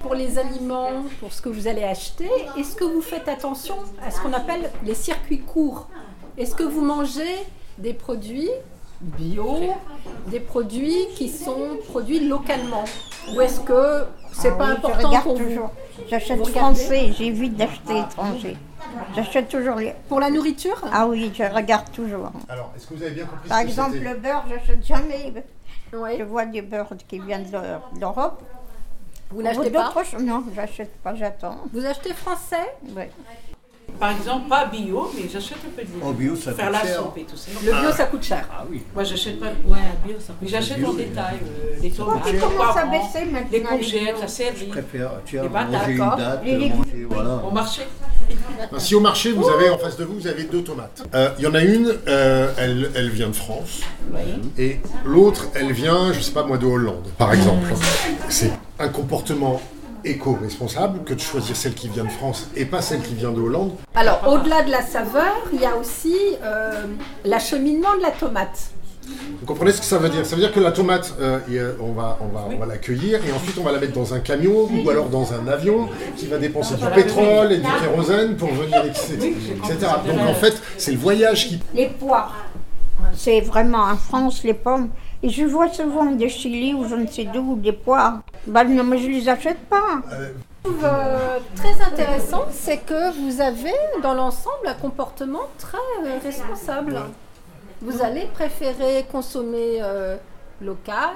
pour les aliments, pour ce que vous allez acheter, est-ce que vous faites attention à ce qu'on appelle les circuits courts Est-ce que vous mangez des produits bio, des produits qui sont produits localement Ou est-ce que c'est Ah pas oui, je important regarde pour vous toujours. J'achète Vous regardez Ah. français, j'évite d'acheter étranger. J'achète toujours les. Pour la nourriture Ah oui, je regarde toujours. Alors, est-ce que vous avez bien compris Par ce que exemple, c'était le beurre, j'achète jamais. Oui. Je vois des beurres qui viennent de- d'Europe. Vous Ou l'achetez pas d'autres choses. Non, j'achète pas, j'attends. Vous achetez français Ouais. Par exemple, pas bio, mais j'achète un peu de bio. Oh, bio, ça Faire coûte la cher. soupe et tout ça. Le bio, ça coûte cher. Ah oui. Moi, j'achète pas. Ouais, bio, ça Mais j'achète Bio, en mais- détail euh, les Oh, tomates, tu les commences à poivrons, baisser maintenant. les les courgettes, la choses. Je céleri, préfère, tiens, Eh Les pâtes, manger une d'accord. date, ben, Les légumes. manger, voilà. au bah, marché. Ben, Si au marché, vous avez en face de vous, vous avez deux tomates. Euh, Il y en a une, euh, elle, elle vient de France. Et l'autre, elle vient, je sais pas moi, de Hollande, par exemple. Ah. C'est un comportement éco-responsable que de choisir celle qui vient de France et pas celle qui vient de Hollande. Alors, au-delà de la saveur, il y a aussi euh, l'acheminement de la tomate. Vous comprenez ce que ça veut dire Ça veut dire que la tomate, euh, il y a- on va, on va, on va l'accueillir et ensuite on va la mettre dans un camion ou alors dans un avion qui va Ah, dépenser du pétrole et du kérosène pour venir, etc. etc. Donc en fait, c'est le voyage qui Les poires. C'est vraiment en France, les pommes. Et je vois souvent des Chili ou je ne sais d'où, des poires. Bah non, mais je les achète pas. trouve, euh, très intéressant, c'est que vous avez dans l'ensemble un comportement très euh, responsable. Vous allez préférer consommer euh, local,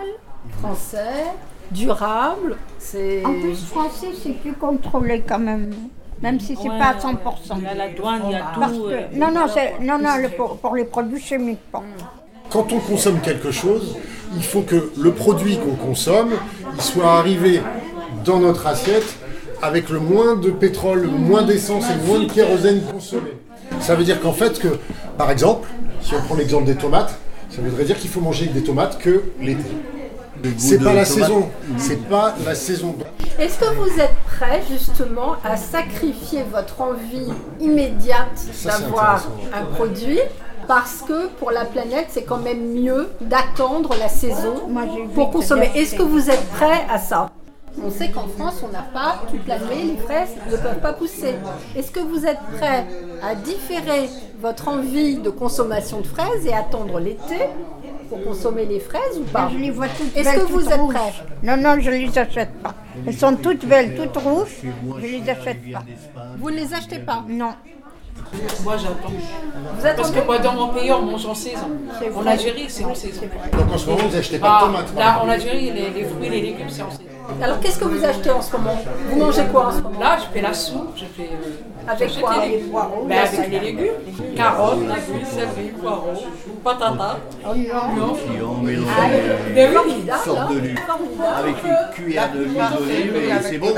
français, durable. C'est En plus, français, c'est plus contrôlé quand même. Même si c'est pas à 100%. Il y a la douane, il y a Parce tout. euh, que, non, non, c'est- non, non le- pour, pour les produits chimiques. pas. quand on consomme quelque chose, il faut que le produit qu'on consomme, il soit arrivé dans notre assiette avec le moins de pétrole, le moins d'essence et le moins de kérosène consommé. Ça veut dire qu'en fait que, par exemple, si on prend l'exemple des tomates, ça voudrait dire qu'il faut manger des tomates que l'été. Le goût C'est de pas la tomate. saison. C'est pas la saison. Est-ce que vous êtes prêt justement à sacrifier votre envie immédiate Ça, c'est d'avoir intéressant. un produit parce que pour la planète, c'est quand même mieux d'attendre la saison Moi, j'ai pour vu consommer. que Est-ce que vous êtes prêt à ça On sait qu'en France, on n'a pas toute l'année, les fraises ne peuvent pas pousser. Est-ce que vous êtes prêt à différer votre envie de consommation de fraises et attendre l'été pour consommer les fraises ou pas Je les vois toutes Ah. Est-ce belles, que vous toutes êtes rouges. prêt Non, non, je les achète pas. Elles sont toutes belles, toutes rouges. Je les Ah, achète pas. Vous ne les achetez pas Non. Moi, j'attends. Vous Parce attendez que moi, dans mon pays, on mange en saison. En vrai. Algérie, c'est en saison. Donc en ce moment, vous achetez pas de Ah, tomates. par là, exemple. en Algérie, les, les fruits, les légumes, c'est en saison. Alors qu'est-ce que vous achetez en ce moment Vous mangez quoi en ce moment Là, je fais la soupe, je fais. euh, Avec j'achète quoi les légumes. Ben, Avec les légumes. Carottes, légumes, céleri, poireaux, patatas, oignons. Et on mélange Ben oui. Bah, une sorte de lune avec une cuillère de l'huile d'olive et c'est bon.